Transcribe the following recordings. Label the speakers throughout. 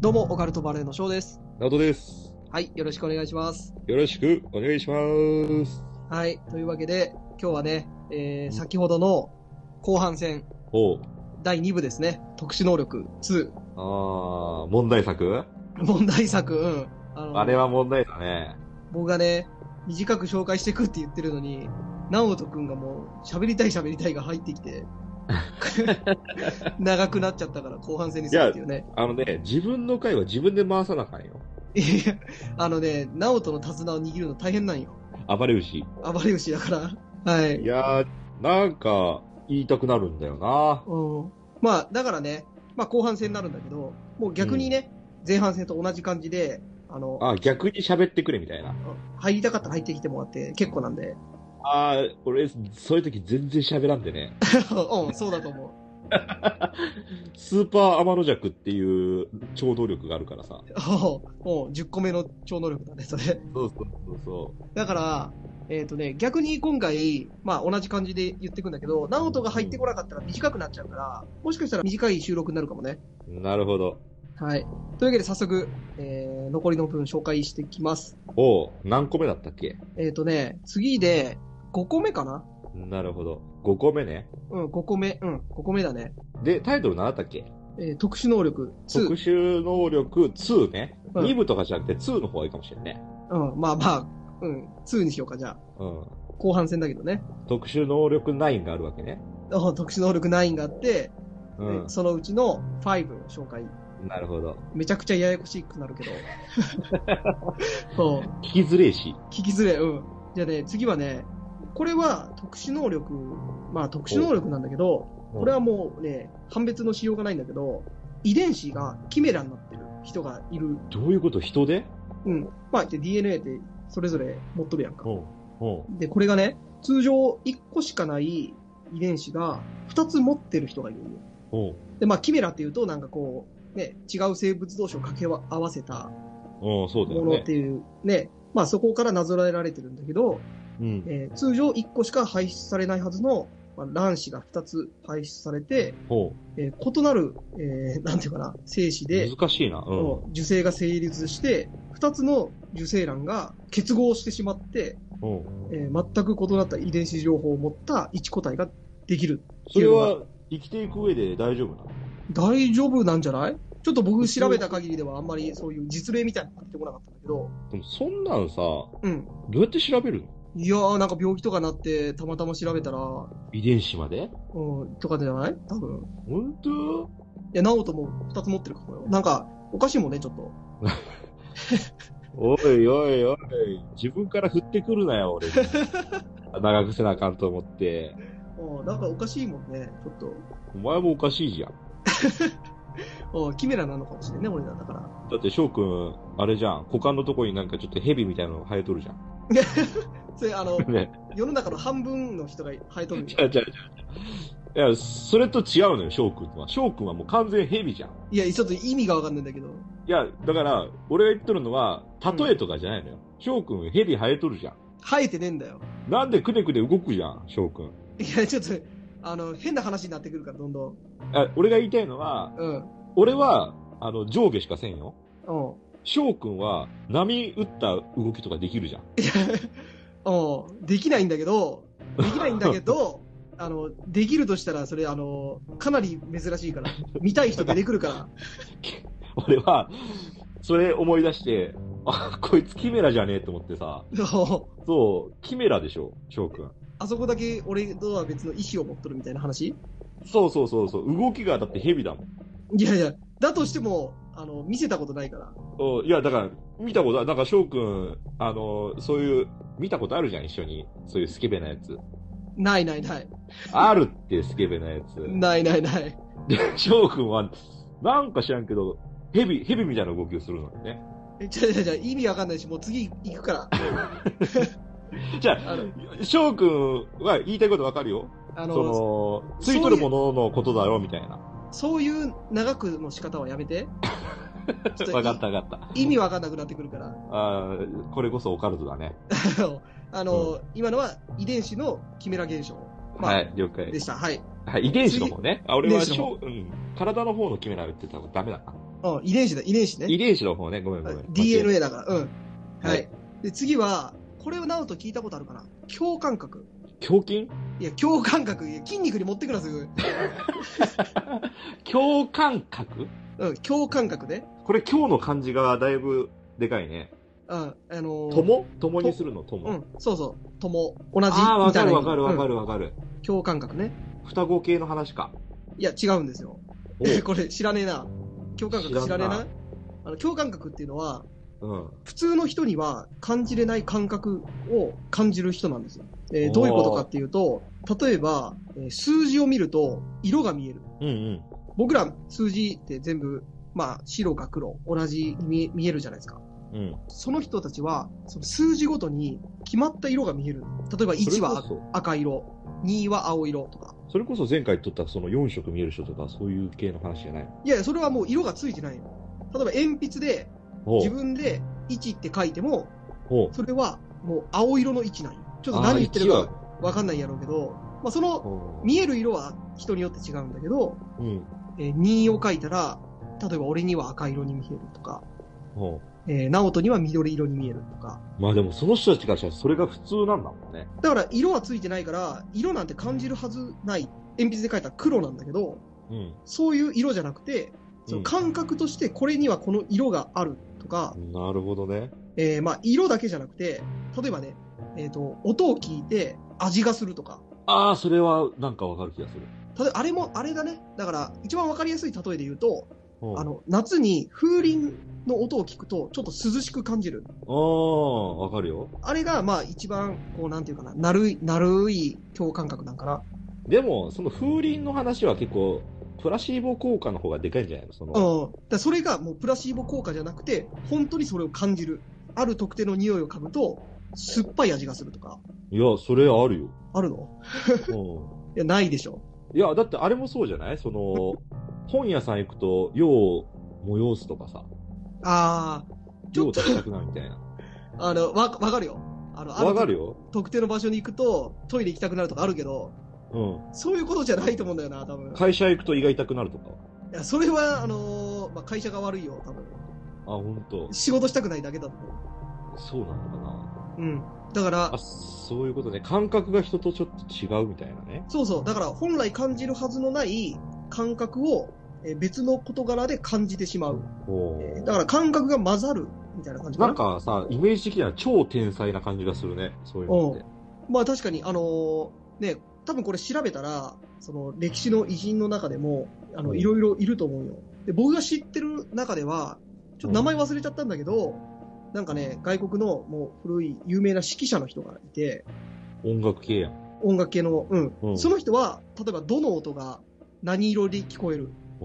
Speaker 1: どうも、オカルトバレーの翔です。
Speaker 2: 直人です。
Speaker 1: はい、よろしくお願いします。
Speaker 2: よろしくお願いします。
Speaker 1: はい、というわけで、今日はね、えー、先ほどの後半戦、
Speaker 2: おう。
Speaker 1: 第2部ですね、特殊能力2、
Speaker 2: あー、問題作
Speaker 1: 問題作、うん。あの
Speaker 2: あれは問題だね。
Speaker 1: 僕がね、短く紹介していくって言ってるのに、直人くんがもう、喋りたい喋りたいが入ってき て、長くなっちゃったから後半戦にするっていうね。
Speaker 2: あのね、自分の回は自分で回さなあかんよ。
Speaker 1: いや、あのね、直人の手綱を握るの大変なんよ。
Speaker 2: 暴れ牛。
Speaker 1: 暴れ牛だから。はい
Speaker 2: い。やー、なんか、言いたくなるんだよな。
Speaker 1: うんまあ、だからね、まあ、後半戦になるんだけど、もう逆にね、前半戦と同じ感じで、あの、
Speaker 2: あ、逆に喋ってくれみたいな。
Speaker 1: 入りたかったら入ってきてもらって結構なんで。
Speaker 2: あー、俺、そういう時全然喋らんでね。
Speaker 1: うん、そう だと思
Speaker 2: スーパーアマノジャクっていう超能力があるからさ。
Speaker 1: う。うん、10個目の超能力だね、それ。
Speaker 2: そうそうそうそ
Speaker 1: だから、えっ、とね、逆に今回、まあ同じ感じで言ってくんだけど、ナオトが入ってこなかったら短くなっちゃうから、もしかしたら短い収録になるかもね。
Speaker 2: う。なるほど。
Speaker 1: はい。というわけで早速、えー残りの分紹介していきます。
Speaker 2: おう、何個目だったっけ
Speaker 1: えっ、とね、次で5個目かな
Speaker 2: なるほど。5個目ね。
Speaker 1: うん、5個目、うん、5個目だね。
Speaker 2: で、タイトル何だったっけ
Speaker 1: えー特殊能力
Speaker 2: 特
Speaker 1: 2。
Speaker 2: 殊能力2ね。
Speaker 1: うん
Speaker 2: 2部とかじゃなくて2の方がいいかもしれんね。
Speaker 1: うん、まあまあ、うん、2にしようか、じゃあ。
Speaker 2: うん。
Speaker 1: 後半戦だけどね。
Speaker 2: 特殊能力9があるわけね。
Speaker 1: あ特殊能力9があって、
Speaker 2: うん
Speaker 1: で。そのうちの5を紹介。
Speaker 2: なるほど。
Speaker 1: めちゃくちゃややこしくなるけ ど。うん、
Speaker 2: 聞きずれえし。
Speaker 1: 聞きづれ、うん。じゃあね、次はね、これは特殊能力、まあ特殊能力なんだけど、これはもうね、判別のしようがないんだけど、遺伝子がキメラになってる人がいる。
Speaker 2: どういうこと人で
Speaker 1: うん。まあ、で DNA ってそれぞれ持っとるやんか。
Speaker 2: ん。うん。
Speaker 1: で、これがね、通常1個しかない遺伝子が2つ持ってる人がいるんよ
Speaker 2: うん。
Speaker 1: で、まあ、キメラっていうと、なんかこう、ね、違う生物同士を掛け合わせた
Speaker 2: うん、そうだよ
Speaker 1: ものっ
Speaker 2: ね
Speaker 1: て。いうね、まあ、そこからなぞらえられてるんだけど、
Speaker 2: うん。
Speaker 1: えー通常1個しか排出されないはずの、まあ、卵子が2つ排出されて、
Speaker 2: ほ
Speaker 1: えー異なる、えーなんていうかな、精子
Speaker 2: う。
Speaker 1: で、
Speaker 2: 難しいな。うん。
Speaker 1: この受精が成立して、2つの受精卵が結合してしまって、
Speaker 2: うん。
Speaker 1: えー全く異なった遺伝子情報を持った一個体ができる。
Speaker 2: それは生きていく上で大丈夫なの
Speaker 1: 大丈夫なんじゃないちょっと僕調べた限りではあんまりそういう実例みたいなの出てこなかったんだけど、
Speaker 2: でもそんなんさ、ど
Speaker 1: うん。
Speaker 2: うやって調べるの
Speaker 1: いやーなんか病気とかなってたまたま調べたら、
Speaker 2: 遺伝子まで
Speaker 1: うん、とかじゃない多分。
Speaker 2: 本当
Speaker 1: いや、ナオトも二つ持ってるかもよ。なんか、おかしいもんね、ちょっと。
Speaker 2: おいおいおい、自分から振ってくるなよ、俺に。長くせなあかんと思って。
Speaker 1: うん、なんかおかしいもんね、ちょっと。
Speaker 2: お前もおかしいじゃん。
Speaker 1: うん、キメラなのかもしれんね、俺らだから。
Speaker 2: だって翔くん、あれじゃん、股間のとこになんかちょっと蛇みたいなのが生えとるじゃん。
Speaker 1: それ、あの、
Speaker 2: ね。
Speaker 1: 世の中の半分の人が生えとるん
Speaker 2: じ
Speaker 1: よ
Speaker 2: ゃあじゃあじゃあいや、それと違うのよ、翔くんは。翔くんはもう完全蛇じゃん。
Speaker 1: いや、ちょっと意味がわかんないんだけど。
Speaker 2: いや、だから、俺が言っとるのは、例えとかじゃないのよ。翔くん、蛇生えとるじゃん。
Speaker 1: 生えてねえんだよ。
Speaker 2: なんでくねくね動くじゃん、翔くん。
Speaker 1: いや、ちょっと、あの、変な話になってくるから、どんどん。
Speaker 2: あ俺が言いたいのは、
Speaker 1: うん。う
Speaker 2: 俺は、あの、上下しかせんよ。
Speaker 1: ん。
Speaker 2: 翔くんは、波打った動きとかできるじゃん。
Speaker 1: うん、できないんだけど、できないんだけど、 あの、できるとしたら、それ、あの、かなり珍しいから、見たい人出てくるから、
Speaker 2: 俺は、それ思い出して、あ、こいつキメラじゃねえと思ってさ、
Speaker 1: そう
Speaker 2: そう、キメラでしょ、翔くん。
Speaker 1: あそこだけ俺とは別の意思を持っとるみたいな話
Speaker 2: そうそうそうそう、動きがだって蛇だもん。
Speaker 1: いやいや、だとしても、あの、見せたことないから。
Speaker 2: おいや、だから、見たことある、なんか翔くん、あの、そういう、見たことあるじゃん、一緒に。そういうスケベなやつ。
Speaker 1: ないないない。
Speaker 2: R ってスケベなやつ。
Speaker 1: ないないない。
Speaker 2: で、翔くんは、なんか知らんけど、ヘビ、ヘビみたいな動きをするのよね。
Speaker 1: えちょちょちょ、意味わかんないし、もう次行くから。
Speaker 2: じゃあ、
Speaker 1: あの、
Speaker 2: 翔くんは言いたいことわかるよ。
Speaker 1: あ
Speaker 2: そ
Speaker 1: の
Speaker 2: の、ついとるもののことだろ、みたいな。
Speaker 1: そういう長くの仕方はやめて。ちょと
Speaker 2: わかったわかった。
Speaker 1: 意味わかんなくなってくるから。
Speaker 2: あーこれこそオカルトだね。
Speaker 1: あのあの、今のは遺伝子のキメラ現象、まあ
Speaker 2: はい、了解
Speaker 1: で。した。はい。
Speaker 2: はい、遺伝子の方ね。あ、俺は
Speaker 1: 遺伝子の
Speaker 2: 翔、うん、体の方のキメラを言ってたらダメだな。
Speaker 1: うん、遺伝子だ、遺伝子ね
Speaker 2: 遺。伝子の方ね、ごめんごめん。
Speaker 1: DNA だから。うん。はい。
Speaker 2: はい
Speaker 1: で、次は、これをなおと聞いたことあるかな共感覚。
Speaker 2: 胸筋
Speaker 1: いや、共感覚。いや筋肉に持ってくな、すぐ。
Speaker 2: 胸感覚
Speaker 1: うん、共感覚ね。
Speaker 2: これ今日の漢字がだいぶでかいね。
Speaker 1: うん、あのー
Speaker 2: 友友にするの友。
Speaker 1: うん、そうそう。とも、同じ。
Speaker 2: ああ、わかるわかるわか
Speaker 1: る。
Speaker 2: るわかる。
Speaker 1: うん共感覚ね。
Speaker 2: 双子系の話か。
Speaker 1: いや、違うんですよ。
Speaker 2: お
Speaker 1: これ知らねえな。共感覚知
Speaker 2: 知
Speaker 1: ら
Speaker 2: らん
Speaker 1: ねえ
Speaker 2: な
Speaker 1: な。あの、共感覚っていうのは、
Speaker 2: うん。
Speaker 1: 普通の人には感じれない感覚を感じる人なんですよ。えーどういうことかっていうと、例えば、えー数字を見ると色が見える。
Speaker 2: うんうん。
Speaker 1: 僕ら数字って全部、まあ、白か黒、同じに見え見えるじゃないですか。
Speaker 2: うん。
Speaker 1: その人たちは、その数字ごとに決まった色が見える。例えば1は
Speaker 2: それこ
Speaker 1: 赤色、2は青色とか。
Speaker 2: そそれこそ前回撮ったその4色見える人とかそういう系の話じゃない
Speaker 1: いやいや、それはもう色がついてないよ。例えば鉛筆で
Speaker 2: ほ
Speaker 1: 自分で1って書いても、
Speaker 2: ほ
Speaker 1: それはもう青色の1なんよ。ちょっと何言ってる
Speaker 2: あー一
Speaker 1: かわかんないやろうけど、まあ、その
Speaker 2: ほう
Speaker 1: 見える色は人によって違うんだけど、
Speaker 2: うん。
Speaker 1: えー2を書いたら、例えば俺には赤色に見えるとか、
Speaker 2: ほ
Speaker 1: えー、直人には緑色に見えるとか。
Speaker 2: うまあでもその人たちからしたらそれが普通なんだもんね。
Speaker 1: だから色はついてないから、色なんて感じるはずない。鉛筆で書いたら黒なんだけど、
Speaker 2: う
Speaker 1: そういう色じゃなくて、その
Speaker 2: うん
Speaker 1: 感覚としてこれにはこの色があるとか、
Speaker 2: ん。なるほどね。
Speaker 1: えーまあ色だけじゃなくて、例えばね、えっ、と、音を聞いて味がするとか。
Speaker 2: ああ、それはなんかわかる気がする。
Speaker 1: 例えばあれも、あれだね。だから、一番わかりやすい例えで言うと、
Speaker 2: ほう
Speaker 1: あの、夏に風鈴の音を聞くと、ちょっと涼しく感じる。
Speaker 2: ああ、わかるよ。
Speaker 1: あれが、まあ、一番、こう、なんていうかな、なるい、なるい共感覚なんかな。
Speaker 2: でも、その風鈴の話は結構、プラシーボ効果の方がでかいんじゃないのその、
Speaker 1: うん。だからそれが、もう、プラシーボ効果じゃなくて、本当にそれを感じる。ある特定の匂いを嗅ぐと、酸っぱい味がするとか。
Speaker 2: いや、それあるよ。
Speaker 1: あるの
Speaker 2: うん
Speaker 1: いや、ないでしょ。
Speaker 2: いや、だってあれもそうじゃないその、本屋さん行くと、用を催すとかさ、
Speaker 1: あー、ち
Speaker 2: 用
Speaker 1: ょ
Speaker 2: を
Speaker 1: っと
Speaker 2: 食、べたくなるみたいな。
Speaker 1: あの、わ、わかるよ。あの、あ
Speaker 2: わかる
Speaker 1: よ。
Speaker 2: よ。
Speaker 1: 特定の場所に行くと、トイレ行きたくなるとかあるけど、
Speaker 2: うん。
Speaker 1: そういうことじゃないと思うんだよな、多分。
Speaker 2: 会社行くと胃が痛くなるとか。
Speaker 1: いや、それは、あのーまあ、会社が悪いよ、多分。
Speaker 2: あ、ほんと。
Speaker 1: 仕事したくないだけだと思
Speaker 2: そうなのかな。
Speaker 1: う。うん。だから
Speaker 2: あ、、そういうことね。感覚が人とちょっと違うみたいなね。
Speaker 1: そうそう。だから、本来感じるはずのない感覚を、えー別の事柄で感じてしまう。
Speaker 2: お
Speaker 1: えー
Speaker 2: ー
Speaker 1: だから、感覚が混ざる、みたいな感じか
Speaker 2: な
Speaker 1: な。
Speaker 2: んかさ、イメージ的には超天才な感じがするね。そういうのって。
Speaker 1: まあ、確かに、あのーね、多分これ調べたら、その、歴史の偉人の中でも、あの、
Speaker 2: うん
Speaker 1: いろいろいると思うよ。で、僕が知ってる中では、ちょっと名前忘れちゃったんだけど、なんかね、外国のもう古い有名な指揮者の人がいて、
Speaker 2: 音楽系やん。
Speaker 1: 音楽系の、うん。
Speaker 2: うん。
Speaker 1: その人は、例えばどの音が何色で聞こえる、
Speaker 2: あー、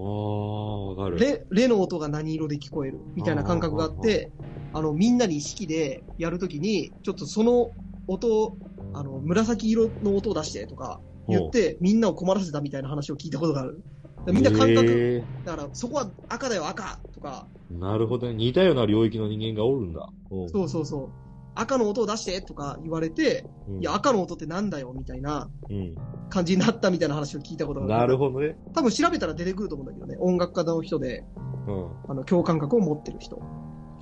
Speaker 2: わかる。
Speaker 1: レ、レの音が何色で聞こえる、みたいな感覚があって、あの、みんなに式でやるときに、ちょっとその音を、あの、紫色の音を出してとか言って、みんなを困らせたみたいな話を聞いたことがある。みんな感覚、
Speaker 2: へー
Speaker 1: だからそこは赤だよ赤とか、
Speaker 2: なるほどね。似たような領域の人間がおるんだ。うん
Speaker 1: そうそうそう。赤の音を出してとか言われて、
Speaker 2: うん
Speaker 1: いや、赤の音ってなんだよみたいな
Speaker 2: うん。
Speaker 1: 感じになったみたいな話を聞いたことがある。
Speaker 2: なるほどね。
Speaker 1: 多分調べたら出てくると思うんだけどね。音楽家の人で、
Speaker 2: うん。
Speaker 1: あの、共感覚を持ってる人。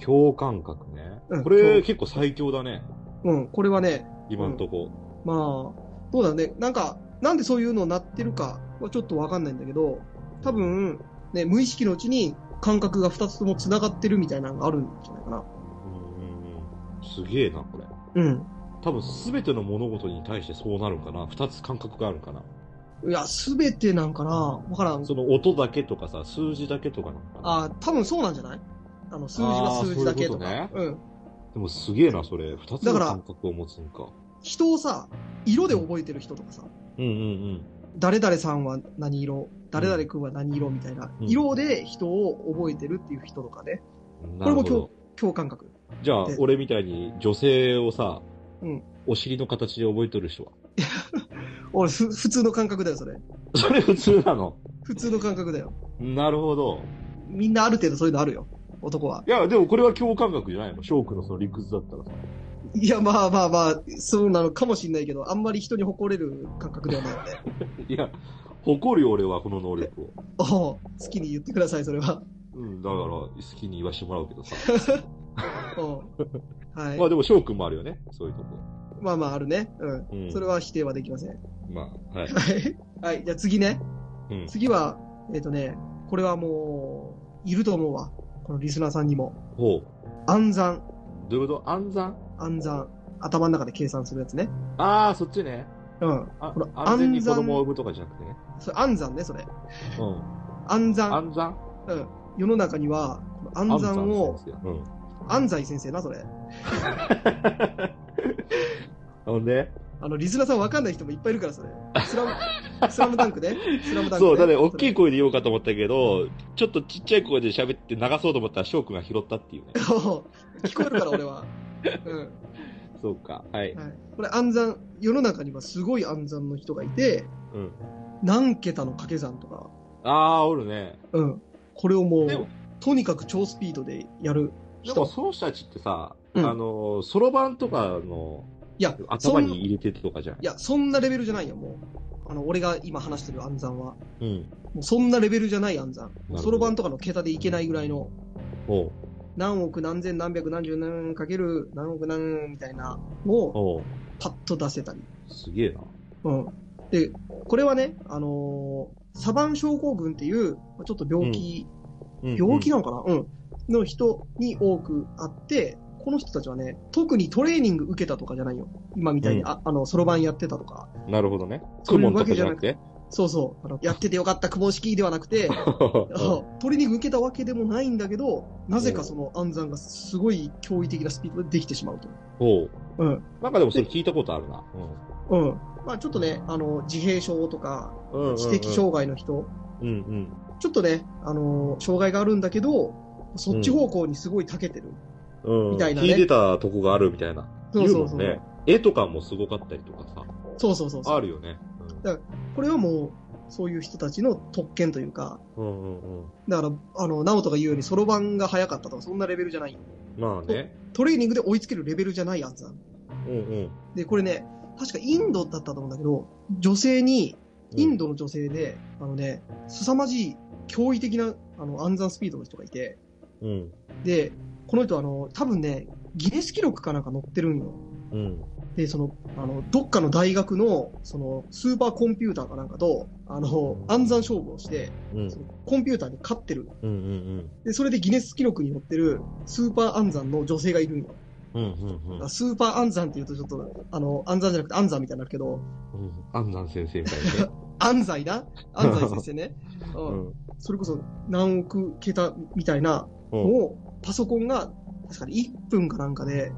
Speaker 2: 共感覚ね
Speaker 1: うん。
Speaker 2: こ
Speaker 1: そう
Speaker 2: れ結構最強だね。
Speaker 1: うん、これはね、
Speaker 2: 今んとこ。
Speaker 1: まあ、どうだろうね。なんか、なんでそういうのになってるかはちょっとわかんないんだけど、多分、ね、無意識のうちに感覚が2つとも繋がってるみたいなのがあるんじゃないかな。
Speaker 2: うんうんうん。すげえな、これ。
Speaker 1: うん。
Speaker 2: 多分すべての物事に対してそうなるんかな。二つ感覚があるんかな。
Speaker 1: いや、すべてなんかなわからん。
Speaker 2: その音だけとかさ、数字だけとかなんかな。
Speaker 1: あ多分そうなんじゃないあの、数字は数字だけとか。
Speaker 2: あーそういうこ
Speaker 1: うん。
Speaker 2: でもすげえな、それ。二つ
Speaker 1: だ
Speaker 2: の
Speaker 1: から
Speaker 2: 感覚を持つんか。
Speaker 1: 人をさ、色で覚えてる人とかさ、
Speaker 2: うんうん
Speaker 1: 誰々さんは何色、誰々君は何色みたいな、
Speaker 2: うん
Speaker 1: 色で人を覚えてるっていう人とかね、
Speaker 2: うん。
Speaker 1: こ
Speaker 2: な
Speaker 1: れ
Speaker 2: る
Speaker 1: も
Speaker 2: ほ
Speaker 1: 共
Speaker 2: ど。
Speaker 1: 共感覚。
Speaker 2: じゃあ
Speaker 1: で、
Speaker 2: 俺みたいに女性をさ、
Speaker 1: うん
Speaker 2: お尻の形で覚えとる人は。
Speaker 1: 俺、ふ普通の感覚だよ、それ。
Speaker 2: それ普通なの。
Speaker 1: 普通の感覚だよ。
Speaker 2: なるほど。
Speaker 1: みんなある程度そういうのあるよ、男は。
Speaker 2: いや、でもこれは共感覚じゃないのショークのその理屈だったらさ。
Speaker 1: いや、まあまあまあ、そうなのかもしんないけど、あんまり人に誇れる感覚ではないので、
Speaker 2: いや、誇るよ俺はこの能力を。
Speaker 1: おう好きに言ってください、それは。
Speaker 2: うん、だから好きに言わしてもらうけどさ。
Speaker 1: おうはい
Speaker 2: まあでもショークもあるよね。そういうとこ。
Speaker 1: まあまあ、あるね。うん。
Speaker 2: うん。
Speaker 1: それは否定はできません。
Speaker 2: まあ、はい。
Speaker 1: はい。はい、じゃあ次ね。
Speaker 2: うん。
Speaker 1: 次は、えっ、とね、これはもう、いると思うわ。このリスナーさんにも。
Speaker 2: ほう。
Speaker 1: 暗算、
Speaker 2: どういうこと暗算
Speaker 1: 暗算。頭の中で計算するやつね。
Speaker 2: ああ、そっちね。
Speaker 1: うん。
Speaker 2: あ
Speaker 1: これ
Speaker 2: 安全に
Speaker 1: 暗
Speaker 2: 子
Speaker 1: 算
Speaker 2: 供を産むとかじゃなくてね。
Speaker 1: それ暗算ね、それ。
Speaker 2: うん。
Speaker 1: 暗算。
Speaker 2: 暗算
Speaker 1: うん。世の中には、この暗算
Speaker 2: 暗
Speaker 1: を
Speaker 2: 算、ですようん。
Speaker 1: 安西先生な、それ。
Speaker 2: ほんで、
Speaker 1: あの、リスナーさんわかんない人もいっぱいいる から、それ。スラム、スラムダンクね。スラムダンク、ね。
Speaker 2: そう、だね、大きい
Speaker 1: い。。
Speaker 2: 声で言おうかと思ったけど、ちょっとちっちゃい声で喋って流そうと思ったら、翔くんが拾ったっていうね
Speaker 1: 聞こえるから、俺は。うん。
Speaker 2: そうか、はい。
Speaker 1: はい、これ暗算、世の中にはすごい暗算の人がいて、
Speaker 2: うん。
Speaker 1: 何桁の掛け算とか、
Speaker 2: あー、おるね。
Speaker 1: うん。これをも
Speaker 2: でも
Speaker 1: う、とにかく超スピードでやる
Speaker 2: で
Speaker 1: 人。
Speaker 2: も、その人たちってさ、
Speaker 1: うん
Speaker 2: あの、そろばんとかの
Speaker 1: いや、そ
Speaker 2: 頭
Speaker 1: ん
Speaker 2: に
Speaker 1: い
Speaker 2: 入れてとかじゃん。
Speaker 1: や、そんなレベルじゃないよ、もう。あの、俺が今話してる暗算は。
Speaker 2: うん。
Speaker 1: もうそんなレベルじゃない暗算。
Speaker 2: ほど
Speaker 1: そろばんとかの桁でいけないぐらいの、
Speaker 2: おう、
Speaker 1: 何億何千何百何十何かける何億何みたいなのを
Speaker 2: おう、
Speaker 1: パッと出せたり。
Speaker 2: すげえな。
Speaker 1: うん。で、これはね、あのーサバン症候群っていう、まあちょっと病気、
Speaker 2: うん
Speaker 1: 病気なのかなうん。の人に多くあって、この人たちはね、特にトレーニング受けたとかじゃないよ。今みたいに、
Speaker 2: うん
Speaker 1: ああの、そろばんやってたとか。
Speaker 2: うんなるほどね。
Speaker 1: そ
Speaker 2: ク
Speaker 1: うい
Speaker 2: モ
Speaker 1: う
Speaker 2: ンと
Speaker 1: わけ
Speaker 2: か
Speaker 1: じ
Speaker 2: じ
Speaker 1: ゃ
Speaker 2: ゃ
Speaker 1: な
Speaker 2: な
Speaker 1: く
Speaker 2: くて。
Speaker 1: そうそう。あのやっててよかった、クモ式ではなく て、あのトレーニング受けたわけでもないんだけど、なぜかその暗算がすごい驚異的なスピードでできてしまうと。
Speaker 2: おう。
Speaker 1: うん。
Speaker 2: なんかでもそれ聞いたことあるな。
Speaker 1: うん。まあちょっとね、あの、自閉症とか、
Speaker 2: うん。うんうんうん
Speaker 1: 知的障害の人、
Speaker 2: うんうん。
Speaker 1: ちょっとね、あの障害があるんだけど、そっち方向にすごい長けてる。
Speaker 2: うん
Speaker 1: みたいなね
Speaker 2: 聞いてたとこがあるみたいな。
Speaker 1: そうそうそう。
Speaker 2: 言もんね。絵とかもすごかったりとかさ、
Speaker 1: そうそうそうそう。
Speaker 2: あるよね。
Speaker 1: これはもう、そういう人たちの特権というか、
Speaker 2: うん、うん、うんうん。
Speaker 1: だから、あの、直人が言うように、そろばんが早かったとか、そんなレベルじゃないよ。
Speaker 2: まあね。
Speaker 1: トレーニングで追いつけるレベルじゃない暗算。
Speaker 2: うんうん。
Speaker 1: で、これね、確かインドだったと思うんだけど、女性に、インドの女性で、あのね、凄まじい、驚異的な、あの、暗算スピードの人がいて、
Speaker 2: うん。
Speaker 1: で、この人、あの、多分ね、ギネス記録かなんか載ってるんよ。
Speaker 2: うん。
Speaker 1: で、その、あの、どっかの大学の、その、スーパーコンピューターかなんかと、あの、暗算勝負をして、
Speaker 2: うん。
Speaker 1: そのコンピューターに勝ってる。
Speaker 2: うんうん
Speaker 1: で、それでギネス記録に載ってる、スーパー暗算の女性がいるんよ。
Speaker 2: うん。うんうんうん。
Speaker 1: スーパー暗算って言うとちょっと、あの、暗算じゃなくて暗算みたいになるけど、
Speaker 2: うん。安南先生みたいなね。
Speaker 1: 安西な安西先生ね。う
Speaker 2: うんん。
Speaker 1: それこそ何億桁みたいなの
Speaker 2: うん。
Speaker 1: を、パソコンが確かに1分かなんかで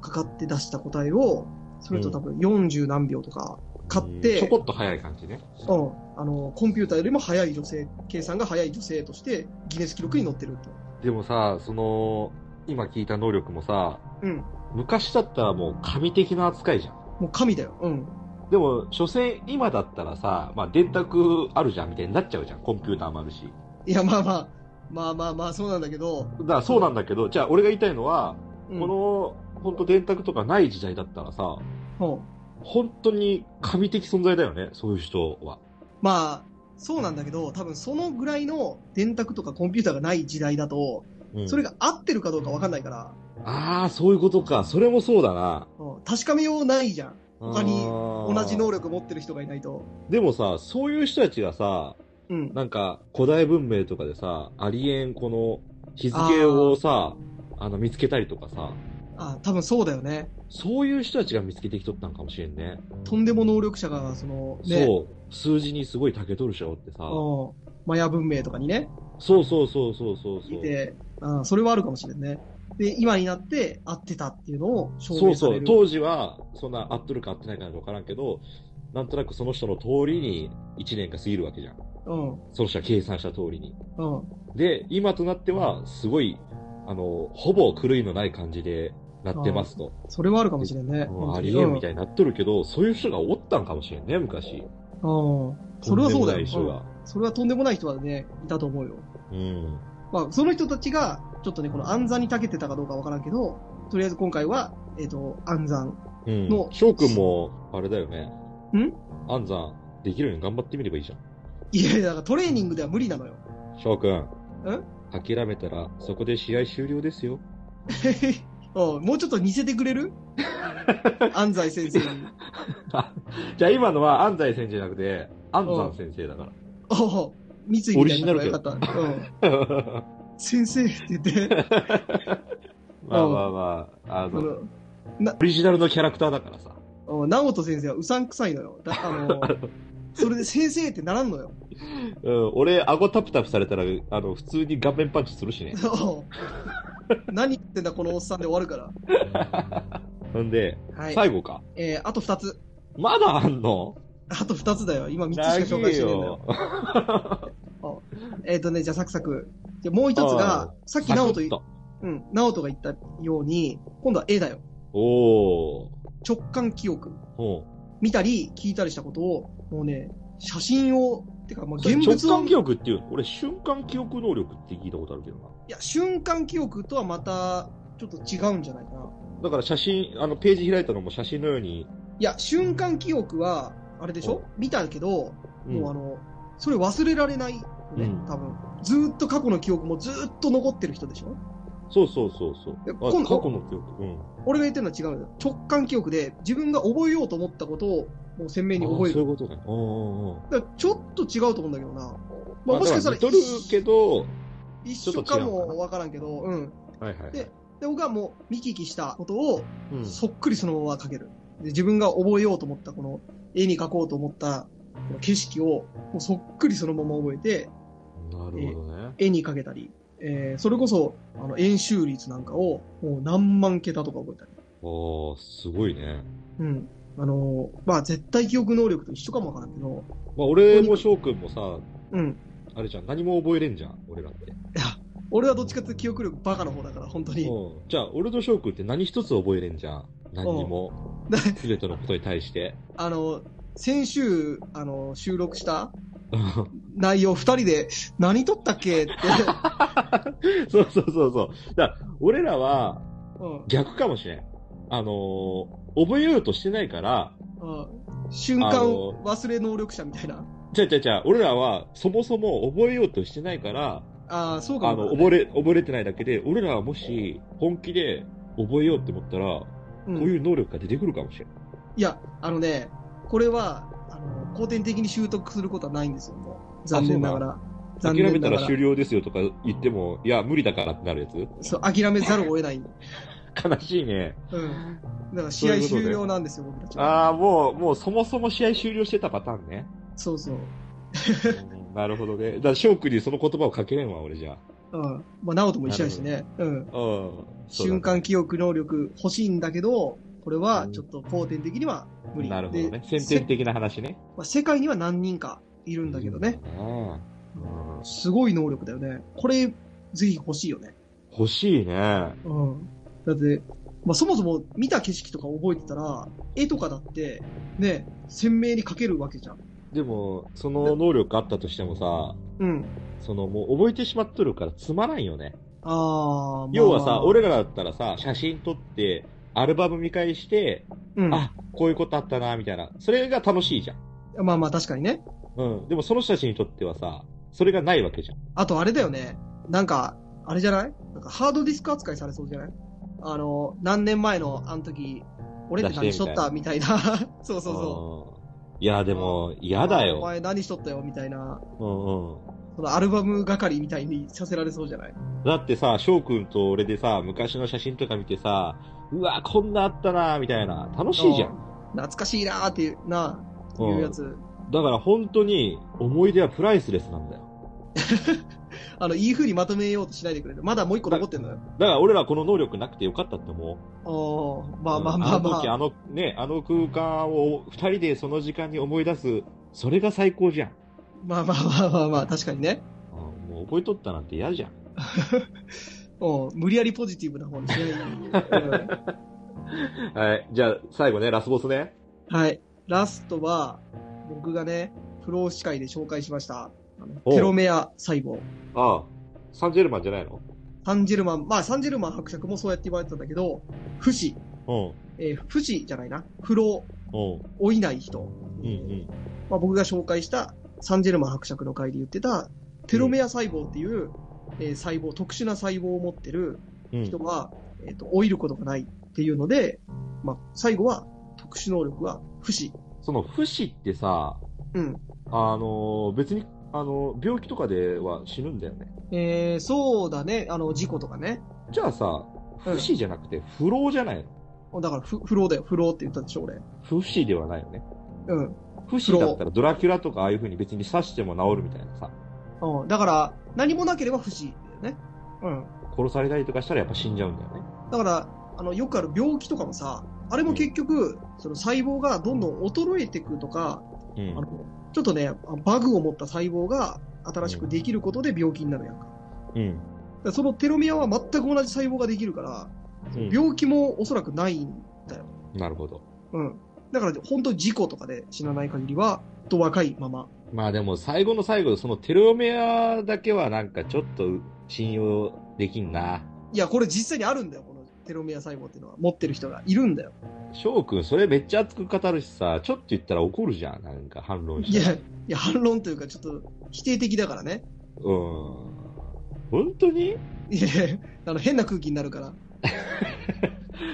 Speaker 1: かかって出した答えを、それと多分40何秒とか、買って
Speaker 2: ちょこっと早い感じね。
Speaker 1: うん、あの、コンピューターよりも早い女性、計算が早い女性としてギネス記録に載ってると。
Speaker 2: でもさ、その、今聞いた能力もさ、
Speaker 1: うん。
Speaker 2: 昔だったらもう神的な扱いじゃん。
Speaker 1: もう神だよ。うん。
Speaker 2: でも、所詮今だったらさ、まあ電卓あるじゃんみたいになっちゃうじゃん。コンピューターもあるし。
Speaker 1: いや、まあまあ、まあまあまあ、そうなんだけど、
Speaker 2: だからそうなんだけど、じゃあ俺が言いたいのは、
Speaker 1: うん、
Speaker 2: この、本当電卓とかない時代だったらさ、
Speaker 1: うん
Speaker 2: 本当に神的存在だよね、そういう人は。
Speaker 1: まあ、そうなんだけど、多分そのぐらいの電卓とかコンピューターがない時代だと、それ
Speaker 2: が。
Speaker 1: が合ってるかどうかわかんないから、
Speaker 2: ああ、そういうことか。それもそうだな。
Speaker 1: うん、確かめようないじゃん。他に
Speaker 2: 同
Speaker 1: 同じ能力持ってる人がいないと。
Speaker 2: でもさ、そういう人たちがさ、
Speaker 1: うん。
Speaker 2: なんか古代文明とかでさ、ありえんこの日付をさ、あの見つけたりとかさ、
Speaker 1: あ、多分そうだよね。
Speaker 2: そういう人たちが見つけてきとったんかもしれんね。
Speaker 1: とんでも能力者が、その、ね。
Speaker 2: そう。数字にすごい竹取る人ってさ、
Speaker 1: うん。マヤ文明とかにね、
Speaker 2: そうそうそうそうそうそう。
Speaker 1: いて、あそれはあるかもしれんね。で、今になって会ってたっていうのを証
Speaker 2: そ
Speaker 1: 明
Speaker 2: う
Speaker 1: さ
Speaker 2: そ
Speaker 1: れ
Speaker 2: う、
Speaker 1: る。
Speaker 2: 当時は、そんな合ってるか合ってないかなんかわからんけど、なんとなくその人の通りに1年が過ぎるわけじゃん。その人は計算した通りに。
Speaker 1: うん。うん。
Speaker 2: で、今となっては、すごい、あの、ほぼ狂いのない感じでなってますと。
Speaker 1: それはあるかもしれんね。
Speaker 2: うんありえんみた
Speaker 1: い
Speaker 2: いになっとるけど、そういう人がおったんかもしれんね、昔。
Speaker 1: な。うん。それはそうだよ。
Speaker 2: とんでもない人が。
Speaker 1: うんそれはとんでもない人はね、いたと思うよ。
Speaker 2: うん。
Speaker 1: まあ、その人たちが、ちょっとね、この暗算に長けてたかどうかわからんけど、とりあえず今回は、えっ、と、暗算。
Speaker 2: うん
Speaker 1: の。
Speaker 2: 翔くんも、あれだよね。
Speaker 1: ん
Speaker 2: 暗算、できるように頑張ってみればいいじゃん。
Speaker 1: いやいや、だからトレーニングでは無理なのよ。
Speaker 2: 翔くん。諦めたら、そこで試合終了ですよ。
Speaker 1: うん、もうちょっと似せてくれる安西先生に。
Speaker 2: じゃあ今のは安西先生じゃなくて、安山先生だか
Speaker 1: ああ、三井みたいなのがよかった。うん。
Speaker 2: ら。
Speaker 1: 先生って言 って、
Speaker 2: まあまあまあ、あ
Speaker 1: あ
Speaker 2: の、
Speaker 1: の、
Speaker 2: オリジナルのキャラクターだからさ。
Speaker 1: うん直人先生はうさんくさいのよ。だあ の、それで先生ってならんのよ。
Speaker 2: うん、俺、顎タプタプされたら、あの、普通に顔面パンチするしね。
Speaker 1: うん何言ってんだ、このおっさんで終わるか
Speaker 2: ほんで、
Speaker 1: ら。はい。
Speaker 2: 最後か。
Speaker 1: えー、あと二つ。
Speaker 2: まだあんの
Speaker 1: あと二つだよ。今三つ
Speaker 2: 長
Speaker 1: しか紹介
Speaker 2: い
Speaker 1: してないんだよ。
Speaker 2: よ。
Speaker 1: えっ、とね、じゃあサクサク。じゃあもう一つが、さっき直人
Speaker 2: サクッと
Speaker 1: うん、直人が言ったように、今度は絵だよ。
Speaker 2: おー。
Speaker 1: 直感記憶。
Speaker 2: ほ
Speaker 1: 見たり聞いたりしたことを、もうね、写真を、てか、まあ、
Speaker 2: う
Speaker 1: 現物
Speaker 2: 直
Speaker 1: を
Speaker 2: 感、記憶っていう、俺、瞬間記憶能力って聞いたことあるけどな。
Speaker 1: いや、瞬間記憶とはまた、ちょっと違うんじゃないかな。
Speaker 2: だから写真、あの、ページ開いたのも写真のように、
Speaker 1: いや、瞬間記憶は、あれでしょ見たけど、
Speaker 2: うん
Speaker 1: もうあの、それ忘れられないよね、
Speaker 2: うん
Speaker 1: 多分。ずーっと過去の記憶もずーっと残ってる人でしょ
Speaker 2: そうそうそうそう。
Speaker 1: で
Speaker 2: あ
Speaker 1: 今度
Speaker 2: 過去の記憶。うん。
Speaker 1: 俺が言ってるのは違うよ。直感記憶で、自分が覚えようと思ったことを、もう鮮明に覚え
Speaker 2: あそうい
Speaker 1: る。
Speaker 2: うことね。うんうんうん。
Speaker 1: だからちょっと違うと思うんだけどな。ま
Speaker 2: ま
Speaker 1: あ、
Speaker 2: あ、
Speaker 1: も
Speaker 2: も
Speaker 1: し
Speaker 2: し
Speaker 1: かし
Speaker 2: かしたた
Speaker 1: ら
Speaker 2: ら、似とるけど、
Speaker 1: 一緒かもわからんけど、うん。
Speaker 2: はいはい、はい。
Speaker 1: でで、僕はもう見聞きしたことを、
Speaker 2: うん、
Speaker 1: そっくりそのまま描ける。で自分が覚えようと思った、この絵に描こうと思ったこの景色を、もうそっくりそのまま覚えて、
Speaker 2: なるほどね。
Speaker 1: 絵に描けたり、えーそれこそ、あの、演習率なんかを、もう何万桁とか覚えたり。
Speaker 2: ああ、すごいね。
Speaker 1: うん。あのーまあ、絶対記憶能力と一緒かもわからんけど、
Speaker 2: まあ、俺も翔くんもさ、
Speaker 1: うん。
Speaker 2: あれじゃん、何も覚えれんじゃん、俺らって。
Speaker 1: いや、俺はどっちかっていうと記憶力バカの方だから、本当に。
Speaker 2: うん。じゃあ、俺と翔くんって何一つ覚えれんじゃん。何にも。
Speaker 1: だ
Speaker 2: すべてのことに対して。
Speaker 1: あの、先週、あの、収録した
Speaker 2: うん
Speaker 1: 内容二人で、何撮ったっけっ て。
Speaker 2: そうそうそうそう。だから俺らは
Speaker 1: うん。
Speaker 2: 逆かもしれん。あのー覚えようとしてないから、
Speaker 1: うん瞬間
Speaker 2: あの
Speaker 1: 忘れ能力者みたいな。
Speaker 2: ちゃうちゃうちゃう、俺らはそもそも覚えようとしてないから、
Speaker 1: ああ、そうか
Speaker 2: あ
Speaker 1: も
Speaker 2: の、
Speaker 1: な、
Speaker 2: 溺れ、溺れてないだけで、俺らはもし、本気で覚えようって思ったら、こ
Speaker 1: う
Speaker 2: うんいう能力が出てくるかもしれない。
Speaker 1: いや、あのね、これは、あの、後天的に習得することはないんですよ、もう残念ながら。残
Speaker 2: 諦
Speaker 1: 念
Speaker 2: め
Speaker 1: な
Speaker 2: た
Speaker 1: が
Speaker 2: ら
Speaker 1: ら。
Speaker 2: 終了ですよとか言っても、いや、無理だからってなるやつ
Speaker 1: そう、諦めざるを得ない。
Speaker 2: 悲しいね。
Speaker 1: うん。だから試合終了なんですよ、僕たちは。
Speaker 2: ああ、もう、もうそもそも試合終了してたパターンね。
Speaker 1: そうそう。
Speaker 2: うんなるほどね。だから、翔くんにその言葉をかけれんわ、俺じゃあ。
Speaker 1: うん。まあ、直人も一緒やしね。うん。
Speaker 2: うん。そうだね
Speaker 1: 瞬間記憶能力欲しいんだけど、これはちょっと後天的には無理。
Speaker 2: なるほどね。
Speaker 1: で
Speaker 2: 先天的な話ね。
Speaker 1: まあ、世界には何人かいるんだけどね。
Speaker 2: うん。うん
Speaker 1: すごい能力だよね。これ、ぜひ欲しいよね。
Speaker 2: 欲しいね。
Speaker 1: うん。だって、まあ、そもそも見た景色とか覚えてたら、絵とかだって、ね、鮮明に描けるわけじゃん。
Speaker 2: でも、その能力あったとしてもさ、
Speaker 1: うん。
Speaker 2: そのもう覚えてしまっとるからつまらんよね。
Speaker 1: あー、まあ、
Speaker 2: 要はさ、、俺らだったらさ、写真撮って、アルバム見返して、
Speaker 1: うん。
Speaker 2: あ、こういうことあったな、みたいな。それが楽しいじゃん。
Speaker 1: まあまあ、確かにね。
Speaker 2: うん。でもその人たちにとってはさ、それがないわけじゃん。
Speaker 1: あと、あれだよね。なんか、あれじゃないなんか、ハードディスク扱いされそうじゃないあの、何年前の、あの時、俺って何しとったみたいな。 そうそうそう。
Speaker 2: うん。いや、でも、嫌だ
Speaker 1: お
Speaker 2: よ。
Speaker 1: 前何しとったよみたいな。
Speaker 2: うんうん。
Speaker 1: そのアルバム係みたいにさせられそうじゃない
Speaker 2: だってさ、翔くんと俺でさ、昔の写真とか見てさ、うわ、こんなあったな、みたいな。楽しいじゃん。
Speaker 1: ん。懐かしいなーっていう、なあ、いうやつ。
Speaker 2: だから本当に、思い出はプライスレスなんだよ。
Speaker 1: あの、いい風にまとめようとしないでくれて。まだもう一個残ってんのよ。
Speaker 2: だから俺らこの能力なくてよかったって思う。
Speaker 1: おーまあまあまあま
Speaker 2: の時、
Speaker 1: あ。
Speaker 2: あの、ね、あの空間を二人でその時間に思い出す、それが最高じゃん。
Speaker 1: まあまあまあまあまあ、確かにね。
Speaker 2: あもう覚えとったなんて嫌じゃん。
Speaker 1: うん、無理やりポジティブな方にしないで、うん
Speaker 2: はい。じゃあ、最後ね、ラスボスね。
Speaker 1: はい。ラストは、僕がね、不老司会で紹介しました。あの
Speaker 2: おう
Speaker 1: テロメア細胞。
Speaker 2: ああ。サンジェルマンじゃないの
Speaker 1: サンジェルマン、まあサンジェルマン伯爵もそうやって言われてたんだけど、不死、
Speaker 2: うん。
Speaker 1: えー不死じゃないな、不老、
Speaker 2: うん。
Speaker 1: 老いない人。
Speaker 2: うん
Speaker 1: まあ、僕が紹介したサンジェルマン伯爵の会で言ってた、テロメア細胞っていう、えー細胞、特殊な細胞を持ってる
Speaker 2: うん。うん
Speaker 1: 人。は、えっ、と、老いることがないっていうので、まあ、最後は特殊能力は不死。
Speaker 2: その、不死ってさ、
Speaker 1: うん。
Speaker 2: あのー別に、あのー病気とかでは死ぬんだよね。
Speaker 1: えー、そうだね、あの、事故とかね。
Speaker 2: じゃあさ、不死じゃなくて、不老じゃないの
Speaker 1: だから不、不老だよ、不老って言ったでしょ、俺。
Speaker 2: 不死ではないよね。
Speaker 1: うん。
Speaker 2: 不死だったらドラキュラとかああいう風に別に刺しても治るみたいなさ、
Speaker 1: うん、だから、何もなければ不死だよね。うん。
Speaker 2: 殺されたりとかしたらやっぱ死んじゃうんだよね。
Speaker 1: だから、あの、よくある病気とかもさ、あれも結局、その細胞がどんどん衰えていくとか、
Speaker 2: う
Speaker 1: あ
Speaker 2: ん
Speaker 1: の。ちょっとね、バグを持った細胞が新しくできることで病気になるやんか。だか
Speaker 2: うん。
Speaker 1: らそのテロミアは全く同じ細胞ができるから、
Speaker 2: うん
Speaker 1: 病気もおそらくない。
Speaker 2: なるほど。
Speaker 1: うん。だから、本当事故とかで死なない限りは、ほんと若いまま。
Speaker 2: まあでも最後の最後、そのテロメアだけはなんかちょっと信用できんな。
Speaker 1: いや、これ実際にあるんだよ、このテロメア細胞っていうのは。持ってる人がいるんだよ。
Speaker 2: 翔くん、それめっちゃ熱く語るしさ、ちょっと言ったら怒るじゃん。なんか反論
Speaker 1: い
Speaker 2: して。
Speaker 1: や、いや、反論というか、ちょっと否定的だからね。
Speaker 2: うん。本当に
Speaker 1: いやいや、あの、変な空気になるから。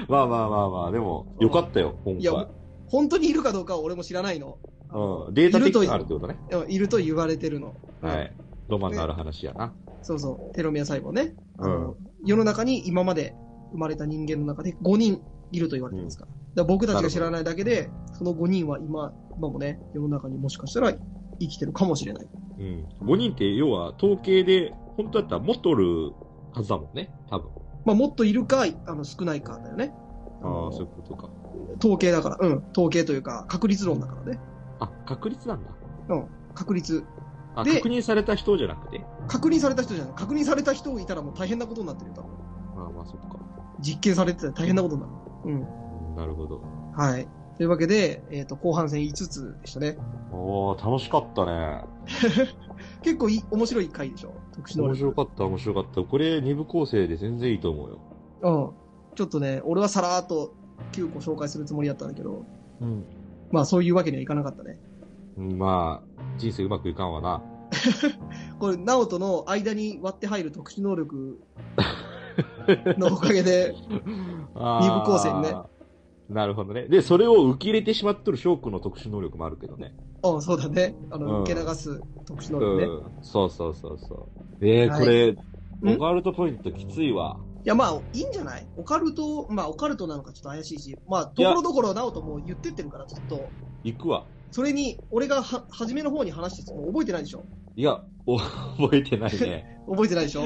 Speaker 2: まあまあまあまあ、でも、よかったよ、今
Speaker 1: い
Speaker 2: 回。
Speaker 1: や、本当にいるかどうかは俺も知らないの。
Speaker 2: うん。データ的にあるってことね。
Speaker 1: うんいると言われてるの。
Speaker 2: はい。ロマンのある話やな。
Speaker 1: そうそう、テロメア細胞ね。
Speaker 2: う
Speaker 1: あ
Speaker 2: ん
Speaker 1: の世の中に今まで生まれた人間の中で5人いると言われてますから。だから僕たちが知らないだけで、その5人は今、今もね、世の中にもしかしたら生きてるかもしれない。
Speaker 2: うん。5人って要は統計で、本当だったらもっとおるはずだもんね。多分。
Speaker 1: まあ、もっといるか、あの少ないかだよね。
Speaker 2: ああ、そう
Speaker 1: の
Speaker 2: いうことか。
Speaker 1: 統計だから、うん、統計というか、確率論だからね。
Speaker 2: あ、確率なんだ。
Speaker 1: うん、確率。
Speaker 2: あ、
Speaker 1: で
Speaker 2: 確認された人じゃなくて。
Speaker 1: 確認された人じゃない。確認された人いたらもう大変なことになってるよ、多分。
Speaker 2: ああ、まあそっか。
Speaker 1: 実験されてたら大変なことになる。うん。
Speaker 2: うんなるほど。
Speaker 1: はい。というわけで、えっ、と、後半戦5つでしたね。
Speaker 2: おお楽しかったね。
Speaker 1: 結構いい面白い回でしょ特殊能
Speaker 2: 面
Speaker 1: 力。
Speaker 2: 白かった、面白かった。これ、二部構成で全然いいと思うよ。
Speaker 1: うん。ちょっとね、俺はさらーっと9個紹介するつもりだったんだけど、
Speaker 2: うん。
Speaker 1: まあそういうわけにはいかなかったね。
Speaker 2: まあ、人生うまくいかんわな。
Speaker 1: これ、ナオトの間に割って入る特殊能 力のおかげで、
Speaker 2: 二
Speaker 1: 二部構成ね。
Speaker 2: なるほどね。で、それを受け入れてしまっとる翔くんの特殊能力もあるけどね。
Speaker 1: うん、そうだね。あ
Speaker 2: う
Speaker 1: の、
Speaker 2: ん
Speaker 1: 受け流す特殊能力ね。い
Speaker 2: うん。そうそうそうそう。えー、
Speaker 1: はい
Speaker 2: これ、オカルトポイントきついわ。
Speaker 1: や、まあ、いいんじゃないオカルト、まあ、オカルトなのかちょっと怪しいし、まあ、ところどころナオトも言ってってるから、ちょっと、
Speaker 2: 行くわ。
Speaker 1: それに、俺がは、初めの方に話してたの覚えてないでしょ
Speaker 2: いや、お 覚えてないね。
Speaker 1: 覚えてないでし ょ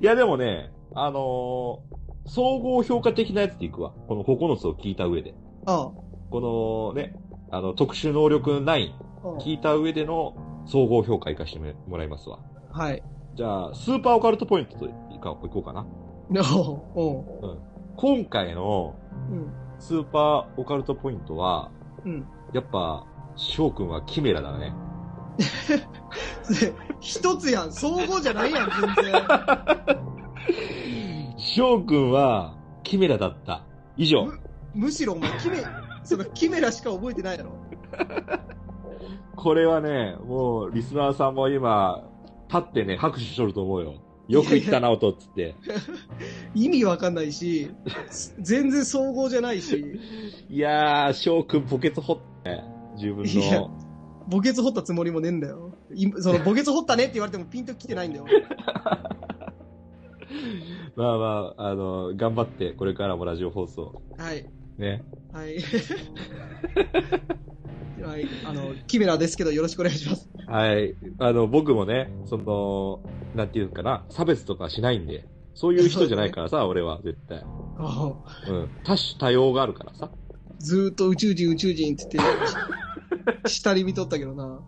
Speaker 2: いや、でもね、あのー総合評価的なやつで行くわ。この9つを聞いた上で。
Speaker 1: あ
Speaker 2: このね、あの、特殊能力9
Speaker 1: あ、うん
Speaker 2: 聞いた上での総合評価行かしてもらいますわ。
Speaker 1: はい。
Speaker 2: じゃあ、スーパーオカルトポイントといか行こうかな。
Speaker 1: お
Speaker 2: 今回の
Speaker 1: うん。うん。
Speaker 2: スーパーオカルトポイントは、
Speaker 1: うん
Speaker 2: やっぱ、翔くんはキメラだね。
Speaker 1: で一つやん。総合じゃないやん、全然。
Speaker 2: 翔くんは、キメラだった。以上。
Speaker 1: むしろお前、キメ、そのキメラしか覚えてないだろ。
Speaker 2: これはね、もう、リスナーさんも今、立ってね、拍手しとると思うよ。よく言ったな、おとっつって。
Speaker 1: 意味わかんないし、す全然総合じゃないし、
Speaker 2: いやー、翔くんポケツ掘って、自分
Speaker 1: いや
Speaker 2: の。
Speaker 1: 墓穴掘ったつもりもねえんだよ。いその墓穴掘ったねって言われてもピンときてないんだよ。
Speaker 2: まあまあ、あの、頑張って、これからもラジオ放送。
Speaker 1: はい。
Speaker 2: ね。
Speaker 1: はい。 はい。あの、キメラですけどよろしくお願いします。
Speaker 2: はい。あの、僕もね、その、なんていうんかな、差別とかしないんで、そういう人じゃないからさ、俺は絶対。
Speaker 1: あ
Speaker 2: うん。多種多様があるからさ。
Speaker 1: ずーっと宇宙人宇宙人って言って、下に見とったけどな。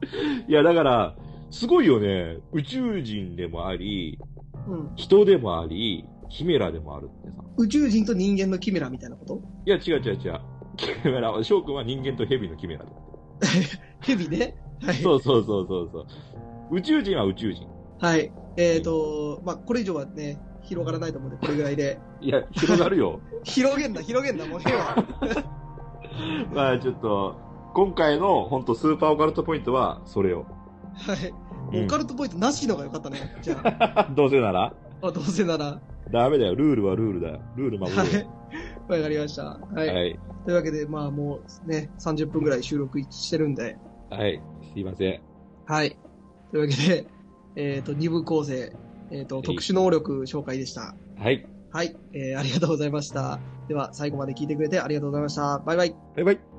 Speaker 2: いや、だから、すごいよね。宇宙人でもあり、
Speaker 1: うん。
Speaker 2: 人でもあり、キメラでもあるってさ。
Speaker 1: 宇宙人と人間のキメラみたいなこと
Speaker 2: いや、違う違う違う。キメラは、翔くんは人間とヘビのキメラだ。
Speaker 1: ヘビね。はい。
Speaker 2: そうそうそうそうそう。宇宙人は宇宙人。
Speaker 1: はい。えっ、ー、と、まあ、これ以上はね、広がらないと思うんで、これぐらいで。
Speaker 2: いや、広がるよ。
Speaker 1: 広げんな、広げんな、もうええわ。
Speaker 2: まあちょっと、今回の本当スーパーオカルトポイントはそれを。
Speaker 1: はい。
Speaker 2: う
Speaker 1: オ
Speaker 2: ん
Speaker 1: カルトポイントなしのが良かったね。じゃあ、
Speaker 2: どうせなら
Speaker 1: あどうせなら。は
Speaker 2: ダメだよ。ルールはルールだよ。ルール守ろうよ。
Speaker 1: い。わかりました。はい。
Speaker 2: はい。
Speaker 1: というわけで、まあもうね、30分ぐらい収録してるんで。
Speaker 2: はい。すいません。
Speaker 1: はい。というわけで、えっ、と、2部構成、えっ、と、
Speaker 2: い
Speaker 1: 特殊能力紹介でした。
Speaker 2: はい。
Speaker 1: はい。えーありがとうございました。では、最後まで聞いてくれてありがとうございました。バイバイ。
Speaker 2: バイバイ。